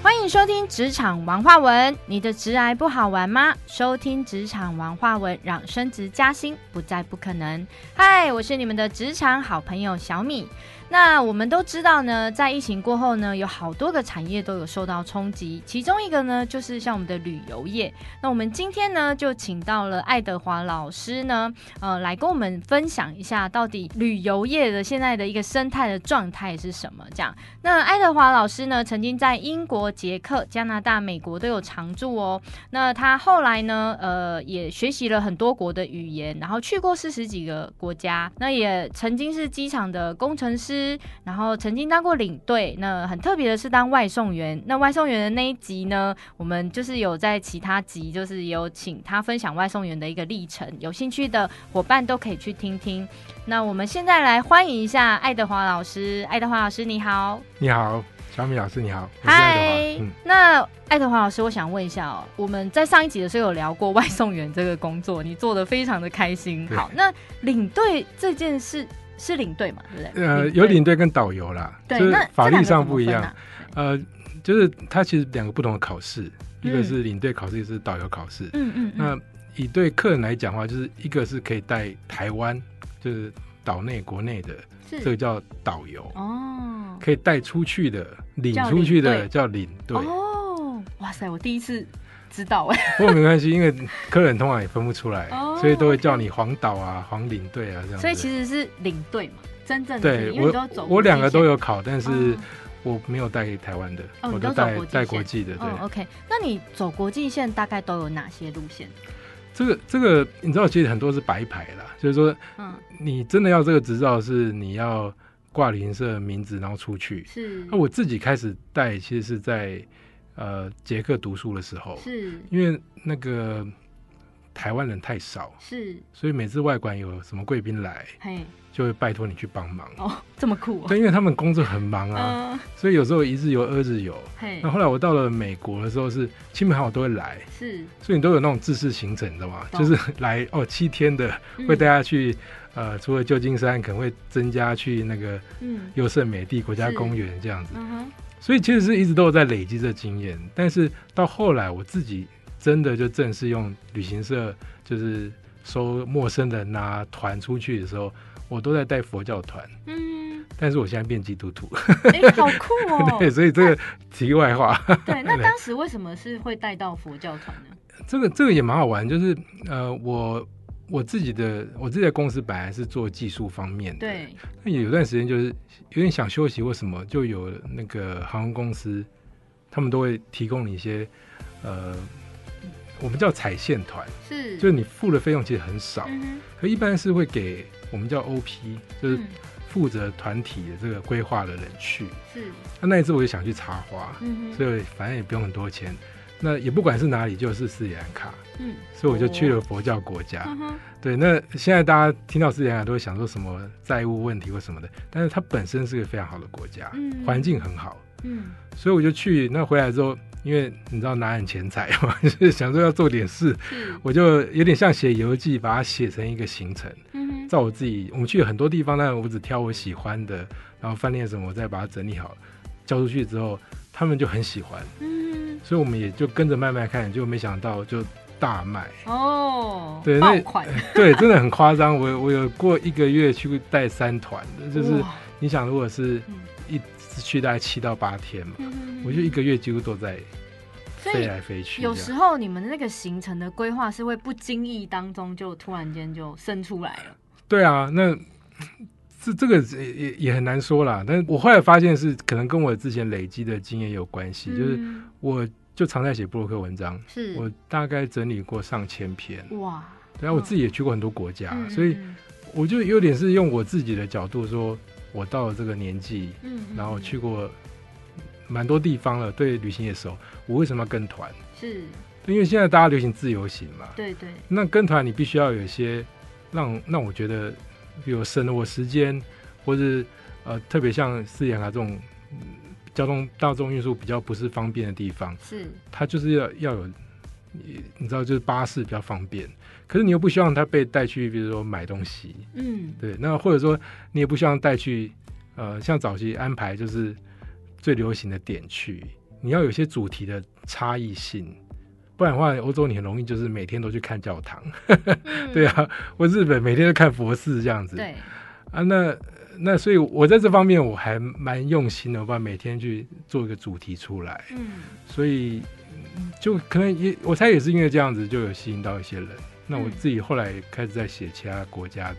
欢迎收听《职场王化文》，你的职癌不好玩吗？收听《职场王化文》，让升职加薪不再不可能。嗨，我是你们的职场好朋友小米。那我们都知道呢，在疫情过后呢，有好多个产业都有受到冲击，其中一个呢，就是像我们的旅游业。那我们今天呢，就请到了爱德华老师呢，呃，来跟我们分享一下到底旅游业的现在的一个生态的状态是什么。这样，那爱德华老师呢，曾经在英国、捷克、加拿大、美国都有常驻哦。那他后来呢，呃，也学习了很多国的语言，然后去过四十几个国家。那也曾经是机场的工程师，然后曾经当过领队。那很特别的是当外送员。那外送员的那一集呢，我们就是有在其他集，就是有请他分享外送员的一个历程。有兴趣的伙伴都可以去听听。那我们现在来欢迎一下爱德华老师。爱德华老师，你好。你好，小米老师，你好，我是爱嗨德华。嗯，，那爱德华老师，我想问一下哦，我们在上一集的时候有聊过外送员这个工作，你做的非常的开心。对好，那领队这件事是领队嘛，对不对？呃，领队有领队跟导游啦，对，就是那法这两律个上怎么不一分样。啊。呃，就是它其实两个不同的考试，一个嗯是领队考试，一个是导游考试。嗯嗯嗯，那以对客人来讲的话，就是一个是可以带台湾，就是岛内国内的，这是个叫导游；嗯哦可以带出去的、领叫出去领队的叫领队。哦，哇塞，我第一次知道哎、不过没关系，因为客人通常也分不出来哦，所以都会叫你黄导啊、黄领队啊这样子。所以其实是领队嘛，真正的对因为你都我走我两个都有考，但国是。际线，我没有带给台湾的，嗯哦我你都走都带国际带线国际的。对，哦哦，OK，那你走国际线大概都有哪些路线？这个这个你知道，其实很多是白牌啦，就是说嗯，你真的要这个执照是你要挂旅行社的名字，然后出去。是那、啊我自己开始带，其实是在呃捷克读书的时候，是因为那个台湾人太少，是，所以每次外馆有什么贵宾来，嘿，就会拜托你去帮忙。哦，这么酷、哦，对，因为他们工作很忙啊，哦嗯，所以有时候一日游、二日游。嘿那，后来我到了美国的时候是，亲朋好友都会来，是所以你都有那种自式行程，你知道吗？懂就是来哦，七天的嗯会带他去，呃，除了旧金山，可能会增加去那个嗯优胜美地国家公园这样子嗯。嗯哼，所以其实是一直都有在累积这经验，但是到后来我自己真的就正式用旅行社，就是收陌生人啊团出去的时候，我都在带佛教团， 嗯，但是我现在变基督徒， 哎、好酷哦，对，所以这个题外话。对，那当时为什么是会带到佛教团呢？这个这个也蛮好玩，就是呃，我我自己的我自己的公司本来是做技术方面的，，对，那有段时间就是有点想休息或什么，就有那个航空公司，他们都会提供你一些呃，我们叫踩线团，是，就是你付的费用其实很少，嗯可一般是会给我们叫 OP，哼，就是嗯负责团体的这个规划的人去。是，那那一次我就想去插花，嗯哼，所以反正也不用很多钱，那也不管是哪里，就是斯里兰卡。嗯，所以我就去了佛教国家。嗯哼，对，那现在大家听到斯里兰卡都会想说什么债务问题或什么的，但是它本身是个非常好的国家，嗯环境很好，嗯，所以我就去。那回来之后，因为你知道拿点钱财嘛， 就是想说要做点事，是，我就有点像写游记，把它写成一个行程。嗯哼，照我自己，我们去了很多地方，但我只挑我喜欢的，然后饭店什么我再把它整理好，交出去之后，他们就很喜欢，嗯所以我们也就跟着慢慢看，就没想到就大卖。哼，哦，对爆那哎款，对，真的很夸张。我我有过一个月去带三团的，就是哇你想，如果是嗯一次去大概七到八天嘛，嗯哼我就一个啊月几乎都在所飞以来飞去这有样。时候你们的那个行程的规划是会不经意当中就突然间就生出来了，对啊，那这这个也也也很难说啦。但是我后来发现是可能跟我之前累积的经验有关系，就是嗯我就常在写布洛克文章，我是大概整理过上千篇。哇，然后我自己也去过很多国家，嗯所以嗯我就有点是用我自己的角度说，我到了这个年纪，嗯，嗯然后嗯去过蛮多地方了，对旅行也熟。我为什么要跟团？是，因为现在大家流行自由行嘛，对对，那跟团你必须要有一些让让我觉得，比如省了我时间，或是呃特别像斯里兰卡这种、嗯交通大众运输比较不是方便的地方，是，它就是要要有。你你知道，就是巴士比较方便，可是你又不希望他被带去，比如说买东西， 嗯，对，那或者说你也不希望带去，呃，像早期安排就是最流行的点去，你要有些主题的差异性，不然的话，欧洲你很容易就是每天都去看教堂， 对啊，或日本每天都看佛寺这样子，对，啊，那那所以，我在这方面我还蛮用心的，我把每天去做一个主题出来，嗯，所以嗯就可能也我猜也是因为这样子，就有吸引到一些人。那我嗯自己后来也开始在写其他国家的，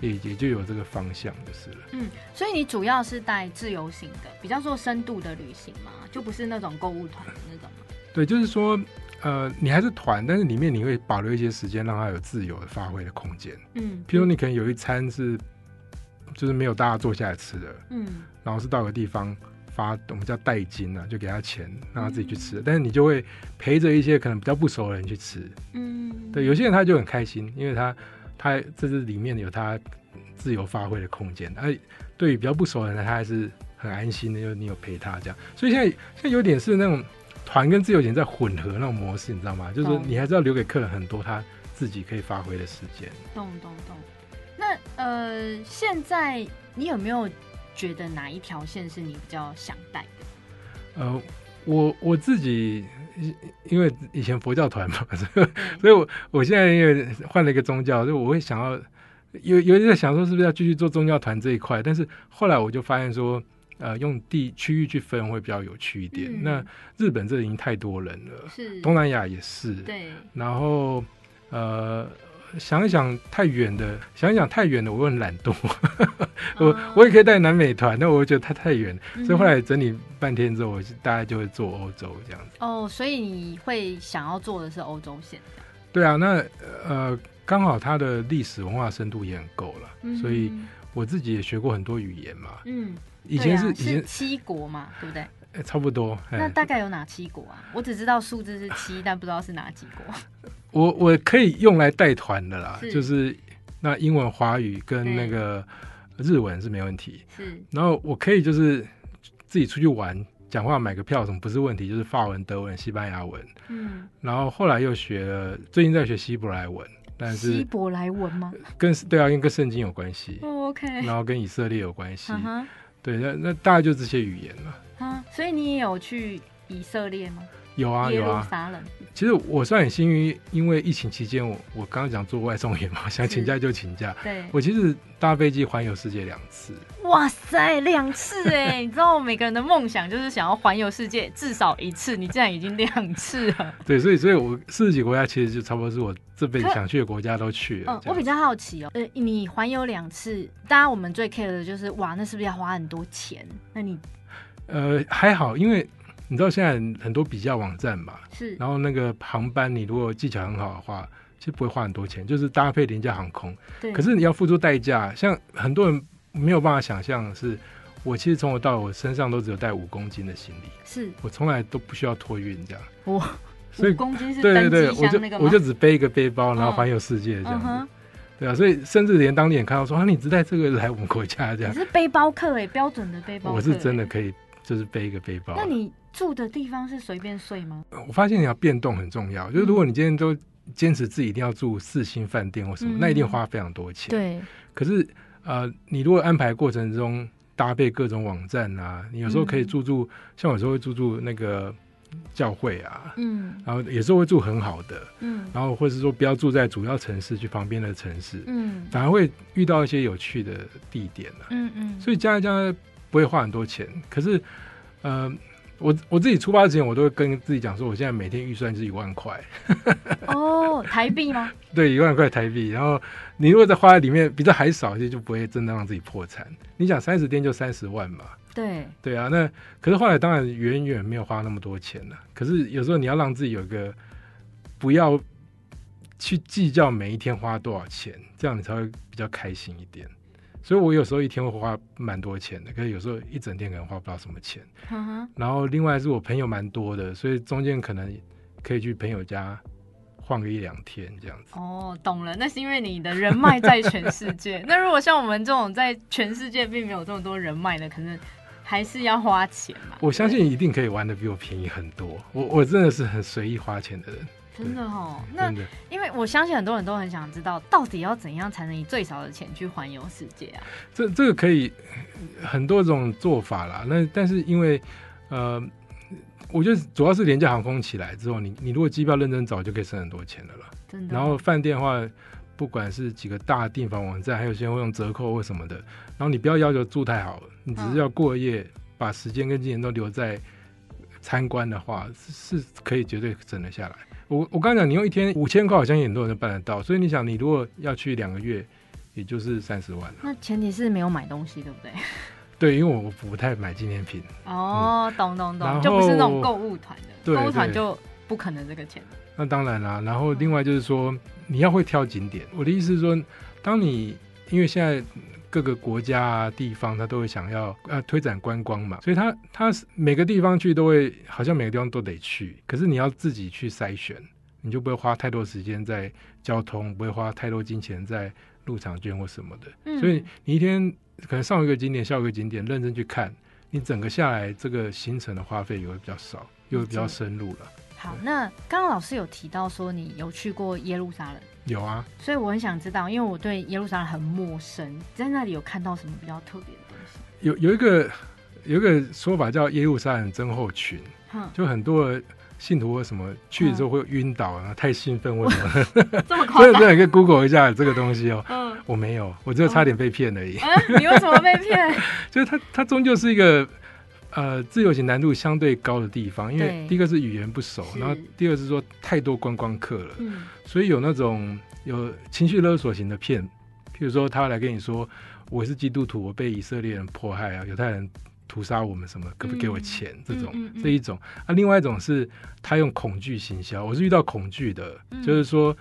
也也就有这个方向就是了。嗯，所以你主要是带自由行的，比较做深度的旅行嘛，就不是那种购物团的那种嘛。对，就是说，呃，你还是团，但是里面你会保留一些时间，让它有自由的发挥的空间。嗯，譬如你可能有一餐是，就是没有大家坐下来吃的，嗯，然后是到个地方发，我们叫代金啊，就给他钱，让他自己去吃。但是你就会陪着一些可能比较不熟的人去吃。嗯嗯，对，有些人他就很开心，因为他他这是里面有他自由发挥的空间，而对于比较不熟的人，他还是很安心的，就是你有陪他这样。所以现在现在有点是那种团跟自由点在混合那种模式，你知道吗？就是说懂你还是要留给客人很多他自己可以发挥的时间。懂懂懂。那呃，现在你有没有觉得哪一条线是你比较想带的？呃，我我自己因因为以前佛教团嘛，所 以所以我我现在因为换了一个宗教，所以我会想要有有在想说是不是要继续做宗教团这一块，但是后来我就发现说。呃，用地区域去分会比较有趣一点。嗯那日本这已经太多人了，是，东南亚也是。对，然后，呃，想一想太远的，想一想太远的，我又很懒惰。我嗯我也可以带南美团，但我又觉得它太远，所以后嗯来整理半天之后，我就大概就会做欧洲这样子。哦，所以你会想要做的是欧洲线的，对啊，那呃，刚好它的历史文化深度也很够了，嗯所以我自己也学过很多语言嘛。嗯，以前是、对啊以前、七国嘛，对不对？呃差不多。那哎，大概有哪七国啊？我只知道数字是七，但不知道是哪几 国。我我可以用来带团的啦，是就是那英文、华语跟对那个日文是没问题。是，然后我可以就是自己出去玩，讲话买个票什么不是问题，就是法文、德文、西班牙文。嗯，然后后来又学了，最近在学希伯来文，但是希伯来文吗、跟对啊，因为跟圣经有关系， o k 然后跟以色列有关系哈，哈对，那那大概就这些语言了。啊，所以你也有去以色列吗？有啊耶有路啊，撒冷，其实我算很幸运，因为疫情期间我我刚刚讲做外送员嘛，想是请假就请假。对，我其实搭飞机环游世界两次，哇塞，两次哎！你知道每个人的梦想就是想要环游世界至少一次，你竟然已经两次 了。对，所以所以我四十几个国家其实就差不多是我这辈子可想去的国家都去了嗯，。这我样比较好奇哦，呃，你环游两次，大家我们最 care 的就是哇，那是不是要花很多钱？那你呃还好，因为你知道现在很多比价网站嘛，是然后那个航班你如果技巧很好的话，其实不会花很多钱，就是搭配廉价航空。对，可是你要付出代价，像很多人没有办法想象的是，我其实从头到尾我身上都只有带五公斤的行李，是我从来都不需要托运这样。哇， 所五以公斤是对对登对，机我就箱那个吗？我就只背一个背包，然后嗯环游世界这样嗯子，哼，对啊，所以甚至连当地人看到说啊，你只带这个来我们国 家这你样，是背包客哎，标准的背包客。我是真的。可以就是背一个背包。那你住的地方是随便睡吗？我发现你要变动很重要，嗯就是如果你今天都坚持自己一定要住四星饭店或什么，嗯那一定花非常多钱。对，可是呃，你如果安排过程中搭配各种网站啊，你有时候可以嗯住住，像有时候会住住那个教会啊，嗯然后有时候会住很好的，嗯然后或是说不要住在主要城市，去旁边的城市，嗯反而会遇到一些有趣的地点啊。嗯嗯，所以加一加不会花很多钱，可是呃。我我自己出发之前，我都会跟自己讲说，我现在每天预算是一万块，哦，台币 吗？对，一万块台币。然后你如果在花在里面比这还少，其实就不会真的让自己破产。你想三十天就三十万嘛，对，对啊。那可是后来当然远远没有花那么多钱了、可是有时候你要让自己有一个不要去计较每一天花多少钱，这样你才会比较开心一点。所以我有时候一天会花蛮多钱的，可是有时候一整天可能花不到什么钱。哈哈，然后另外是我朋友蛮多的，所以中间可能可以去朋友家晃个一两天这样子。哦，懂了，那是因为你的人脉在全世界。那如果像我们这种在全世界并没有这么多人脉的，可能还是要花钱嘛。我相信一定可以玩的比我便宜很多。我我真的是很随意花钱的人，真的哦，那真的。因为我相信很多人都很想知道，到底要怎样才能以最少的钱去环游世界啊？这这个可以呃很多种做法啦。那但是因为呃，我觉得主要是廉价航空起来之后，你你如果机票认真找，就可以省很多钱的了啦。真的。哦然后饭店的话，不管是几个大订房网站，还有些会用折扣或什么的。然后你不要要求住太好了，你只是要过夜，把时间跟金钱都留在参观的话，是是可以绝对省得下来。我我刚讲，你用一天五千块，好像也很多人都办得到。所以你想，你如果要去两个月，也就是三十万了。那前提是没有买东西，对不对？对，因为我不太买纪念品。哦，懂懂然懂，后就不是那种购物团的，对购物团对就不可能这个钱。那当然啦，然后另外就是说，你要会挑景点。我的意思是说，当你因为现在各个国家啊、地方，它都会想要呃推展观光嘛，所以它它是每个地方去都会，好像每个地方都得去，可是你要自己去筛选，你就不会花太多时间在交通，不会花太多金钱在入场券或什么的。嗯，所以你一天可能上一个景点，下一个景点，认真去看，你整个下来这个行程的花费也会比较少，也会比较深入了。好，那刚刚老师有提到说你有去过耶路撒冷，有啊，所以我很想知道，因为我对耶路撒冷很陌生，在那里有看到什么比较特别的东西？有有一个有一个说法叫耶路撒冷症候群，哼，就很多人信徒或什么去的时候会晕倒啊，太兴奋或什么， 这 么夸所以张？ 这可以 Google 一下这个东西哦。嗯， 我没有，我只有差点被骗而已。啊，你为什么被骗？就是它它终究是一个呃自由行难度相对高的地方，因为对第一个是语言不熟，是然后第二是说太多观光客了，嗯，所以有那种有情绪勒索型的骗，譬如说他来跟你说我是基督徒，我被以色列人迫害啊，犹太人屠杀我们什么，可不可以给我钱？这种、嗯嗯嗯这一种啊，另外一种是他用恐惧行销，我是遇到恐惧的，嗯就是说。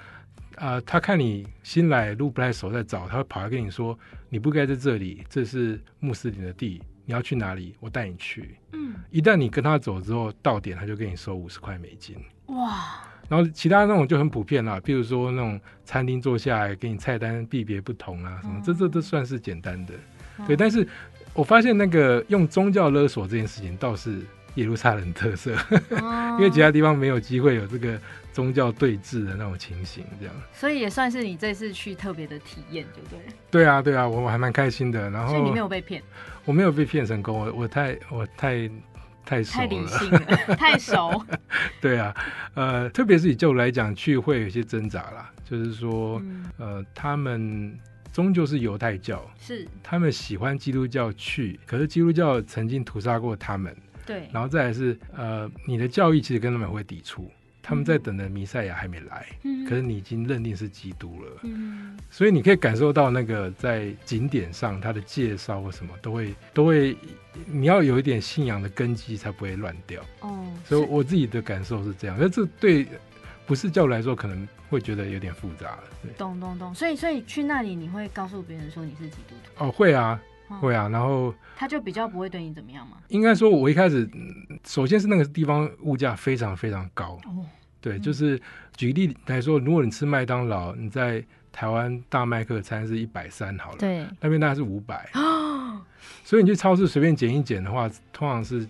啊、他看你新来路不太熟，在找，他会跑来跟你说，你不该在这里，这是穆斯林的地，你要去哪里，我带你去。嗯，一旦你跟他走之后，到点他就跟你收五十块美金。哇，然后其他那种就很普遍啦，譬如说那种餐厅坐下来给你菜单币别不同啊，什么、嗯这这都算是简单的。嗯对，但是我发现那个用宗教勒索这件事情倒是耶路撒冷特色，因因为其他地方没有机会有这个宗教对峙的那种情形，这样。所以也算是你这次去特别的体验，对不对？对啊，对啊，我我还蛮开心的。然所以你后没有被骗，我没有被骗成功，我我太我太太熟太理了，性了，太 熟。对啊，呃，特别是以教徒来讲，去会有一些挣扎啦，就是说。嗯，呃，他们终究是犹太教，是他们喜欢基督教去，可是基督教曾经屠杀过他们，对，然后再来是呃，你的教义其实跟他们会抵触，他们在等的弥赛亚还没来，嗯可是你已经认定是基督了，嗯，所以你可以感受到那个在景点上它的介绍或什么都会都会，你要有一点信仰的根基才不会乱掉，哦，所以是我自己的感受是这样，那这对不是教徒来说可能会觉得有点复杂了，对。懂懂懂，所以所以去那里你会告诉别人说你是基督徒，哦，会啊，嗯会啊。然后他就比较不会对你怎么样嘛。应该说，我一开始，嗯首先是那个地方物价非常非常高。哦，对，嗯就是举例来说，如果你吃麦当劳，你在台湾大麦克餐是一百三好了，对，哦那边大概是五百。所以你去超市随便捡一捡的话，通常是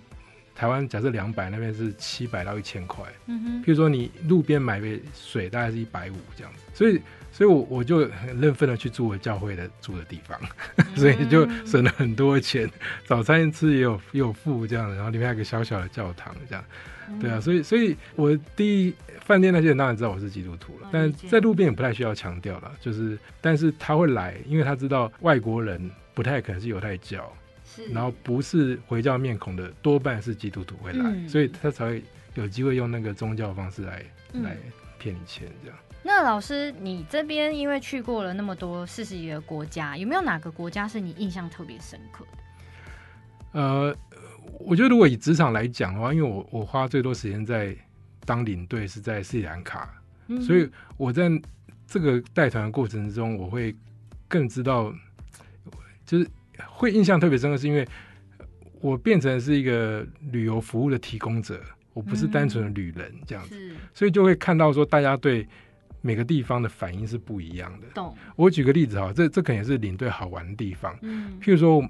台湾假设两百，那边是七百到一千块。嗯譬如说你路边买杯水，大概是一百五这样子。所以，所以我我就很认份的去住我教会的住的地方。 哼， 所以就嗯省了很多钱。早餐吃也有也有付这样的，然后里面还有个小小的教堂这样。嗯对啊，，所以所以我第一饭店那些人当然知道我是基督徒了哦，但理解在路边也不太需要强调了。就是，但是他会来，因为他知道外国人不太可能是犹太教，嗯是，然后不是回教面孔的多半是基督徒会来，嗯所以他才会有机会用那个宗教方式来、嗯来骗你钱这样。那老师，你这边因为去过了那么多四十几个国家，有没有哪个国家是你印象特别深刻的？呃，我觉得如果以职场来讲的话，因为我我花最多时间在当领队是在斯里兰卡，嗯所以我在这个带团的过程之中，我会更知道，就是会印象特别深刻，是因为我变成是一个旅游服务的提供者，我不是单纯的旅人这样子，是所以就会看到说大家对每个地方的反应是不一样的。懂，我举个例子哈，这这可能也是领队好玩的地方。嗯，譬如说，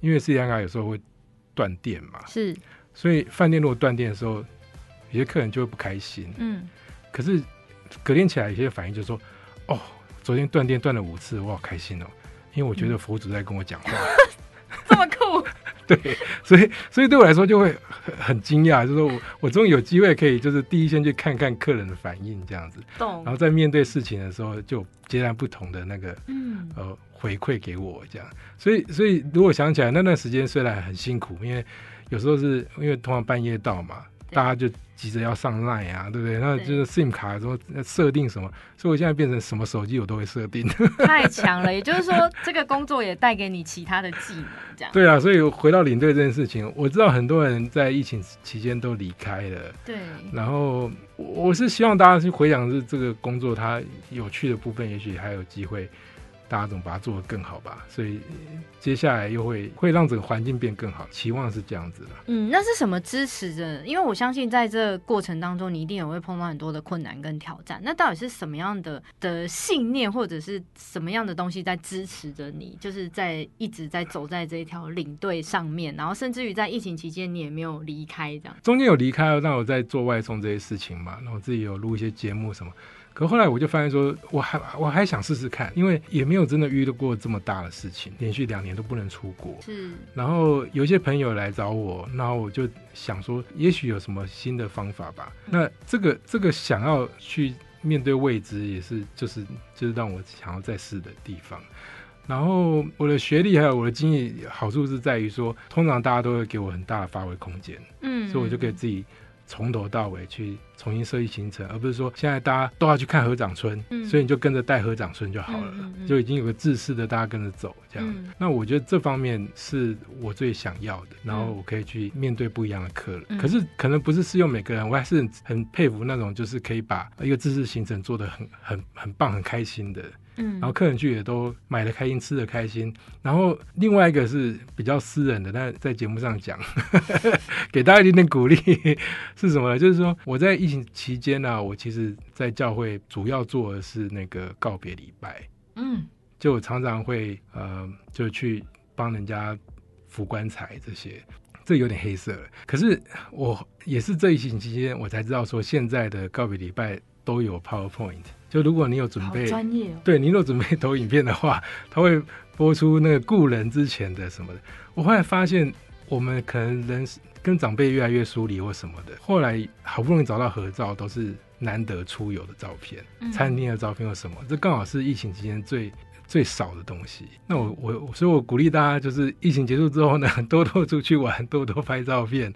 因为斯里兰卡有时候会断电嘛，是，所以饭店如果断电的时候，有些客人就会不开心。嗯，可是隔天起来，有些反应就说：“哦，昨天断电断了五次，我好开心哦，因为我觉得佛祖在跟我讲话。这么酷， 所以所以对我来说就会很很惊讶，就是说我我终于有机会可以就是第一线去看看客人的反应这样子，懂然，后在面对事情的时候就有截然不同的那个嗯，呃回馈给我这样。所以所以如果想起来那段时间虽然很辛苦，因为有时候是因为通常半夜到嘛，对大家就急着要上 line 啊，对不对？那对就是 SIM 卡什么设定什么，所以我现在变成什么手机我都会设定。 太强了。也就是说，这个工作也带给你其他的技能，这样。对啊，所以回到领队这件事情，我知道很多人在疫情期间都离开了，对，然后我我是希望大家去回想是这个工作它有趣的部分，也许还有机会，大家怎么把它做得更好吧。所以呃接下来又会会让整个环境变更好，期望是这样子的。嗯，那是什么支持着？因为我相信在这过程当中，你一定也会碰到很多的困难跟挑战。那到底是什么样的的信念，或者是什么样的东西在支持着你？就是在一直在走在这一条领队上面，然后甚至于在疫情期间，你也没有离开这样。中间有离开，让我在做外送这些事情嘛，然后自己有录一些节目什么。可后来我就发现说，我还我还想试试看，因为也没有真的遇到过这么大的事情，连续两年都不能出国。是，然后有一些朋友来找我，然后我就想说，也许有什么新的方法吧。那这个这个想要去面对未知，也是就是就是让我想要再试的地方。然后我的学历还有我的经验，好处是在于说，通常大家都会给我很大的发挥空间，嗯所以我就可以自己从头到尾去重新设计行程，而不是说现在大家都要去看合掌村，嗯所以你就跟着带合掌村就好了，嗯嗯嗯就已经有个制式的大家跟着走这样。嗯那我觉得这方面是我最想要的，然后我可以去面对不一样的客人。嗯可是可能不是适用每个人，我还是很佩服那种就是可以把一个知识行程做得很很很棒、很开心的，嗯然后客人去也都买的开心、吃的开心。然后另外一个是比较私人的，但在节目上讲， 给大家一点点鼓励是什么呢？就是说我在疫情期间呢、我其实在教会主要做的是那个告别礼拜。嗯就我常常会呃，就去帮人家扶棺材这些，这有点黑色了。可是我也是这一星期间，我才知道说现在的告别礼拜都有 PowerPoint。就如果你有准好备，专业哦，对你若准备投影片的话，它会播出那个故人之前的什么的。我后来发现，我们可能人是跟长辈越来越疏离或什么的。后来好不容易找到合照，都是难得出游的照片，嗯餐厅的照片或什么，这刚好是疫情期间最。最少的东西，那我我所以，我鼓励大家就是疫情结束之后呢， 多多出去玩，多多拍照片。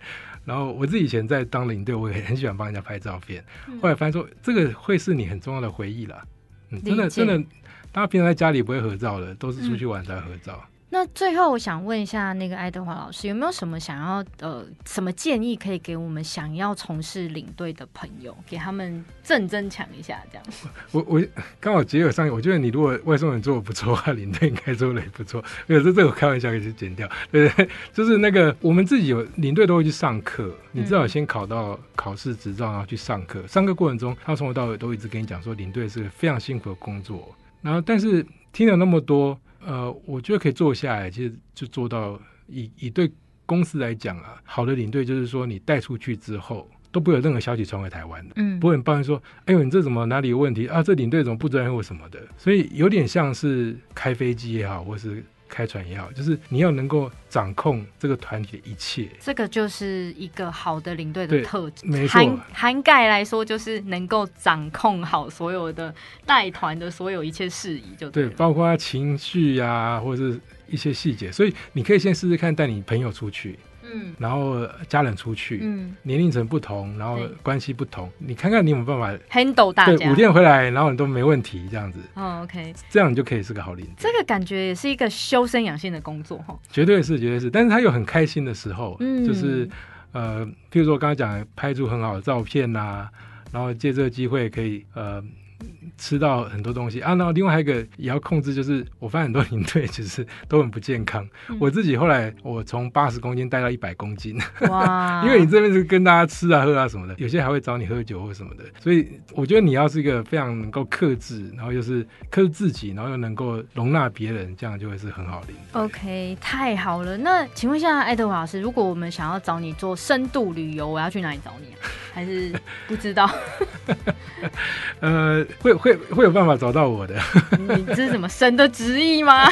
然后我自己以前在当领队，我也很喜欢帮人家拍照片。嗯后来发现说，这个会是你很重要的回忆啦。嗯，真的理解真的，大家平常在家里不会合照的，都是出去玩才合照。那最后，我想问一下那个爱德华老师，有没有什么想要呃什么建议可以给我们想要从事领队的朋友，给他们正增强一下？这样，我我刚好结合上，我觉得你如果外送员做的不错的话，领队应该做的也不错。没有，这这个我开玩笑可以去剪掉，对不对？就是那个我们自己有领队都会去上课，你至少先考到考试执照，然后去上课。上课过程中，他从头到尾都一直跟你讲说，领队是个非常辛苦的工作。然后，但是听了那么多，呃，我觉得可以做下来，其实就做到以以对公司来讲啊，好的领队就是说你带出去之后都不会有任何消息传回台湾的。嗯不，会很抱怨说：“哎呦，你这怎么哪里有问题啊？这领队怎么不专业或什么的？”所以有点像是开飞机也好，或是开船也好，就是你要能够掌控这个团体的一切。这个就是一个好的领队的对特质，没错涵涵盖来说，就是能够掌控好所有的带团的所有一切事宜，就对，了。包括情绪呀、或者是一些细节，所以你可以先试试看带你朋友出去，嗯然后家人出去，嗯年龄层不同，然后对关系不同，你看看你有没有办法，handle 大对家。五天回来，然后你都没问题，这样子，哦，OK，这样你就可以是个好领队这。个感觉也是一个修身养性的工作 哈。绝对是，绝对是。但是他有很开心的时候，啊嗯就是呃，譬如说我刚刚讲的拍出很好的照片呐、然后借这个机会可以呃吃到很多东西啊。然后另外还有一个也要控制，就是我发现很多领队其实都很不健康。嗯啊我自己后来我从八十公斤带到一百公斤，哇因为你这边是跟大家吃啊喝啊什么的，有些还会找你喝酒或什么的，所以我觉得你要是一个非常能够克制，然后又是克制自己，然后又能够容纳别人，这样就会是很好的领队。 OK，太好了。那请问一下，爱德华老师，如果我们想要找你做深度旅游，我要去哪里找你啊？还是不知道？呃，会会会有办法找到我的。 你这是什么神的旨意吗？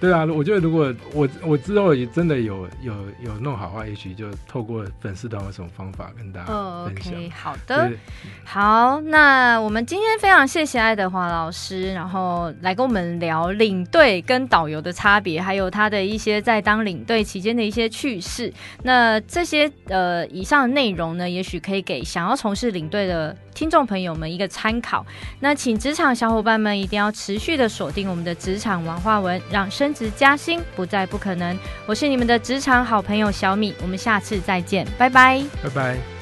对啊，我觉得如果我我之后也真的有有有弄好的话，也许就透过粉丝团有什么方法跟大家哦分享。 ，OK，好的，对，好，那我们今天非常谢谢爱德华老师，然后来跟我们聊领队跟导游的差别，还有他的一些在当领队期间的一些趣事。那这些呃以上的内容呢，也许可以给想要从事领队的听众朋友们一个参考。那请职场小伙伴们一定要持续的锁定我们的职场文化文，让升职加薪不再不可能。我是你们的职场好朋友小米，我们下次再见，拜拜。拜拜。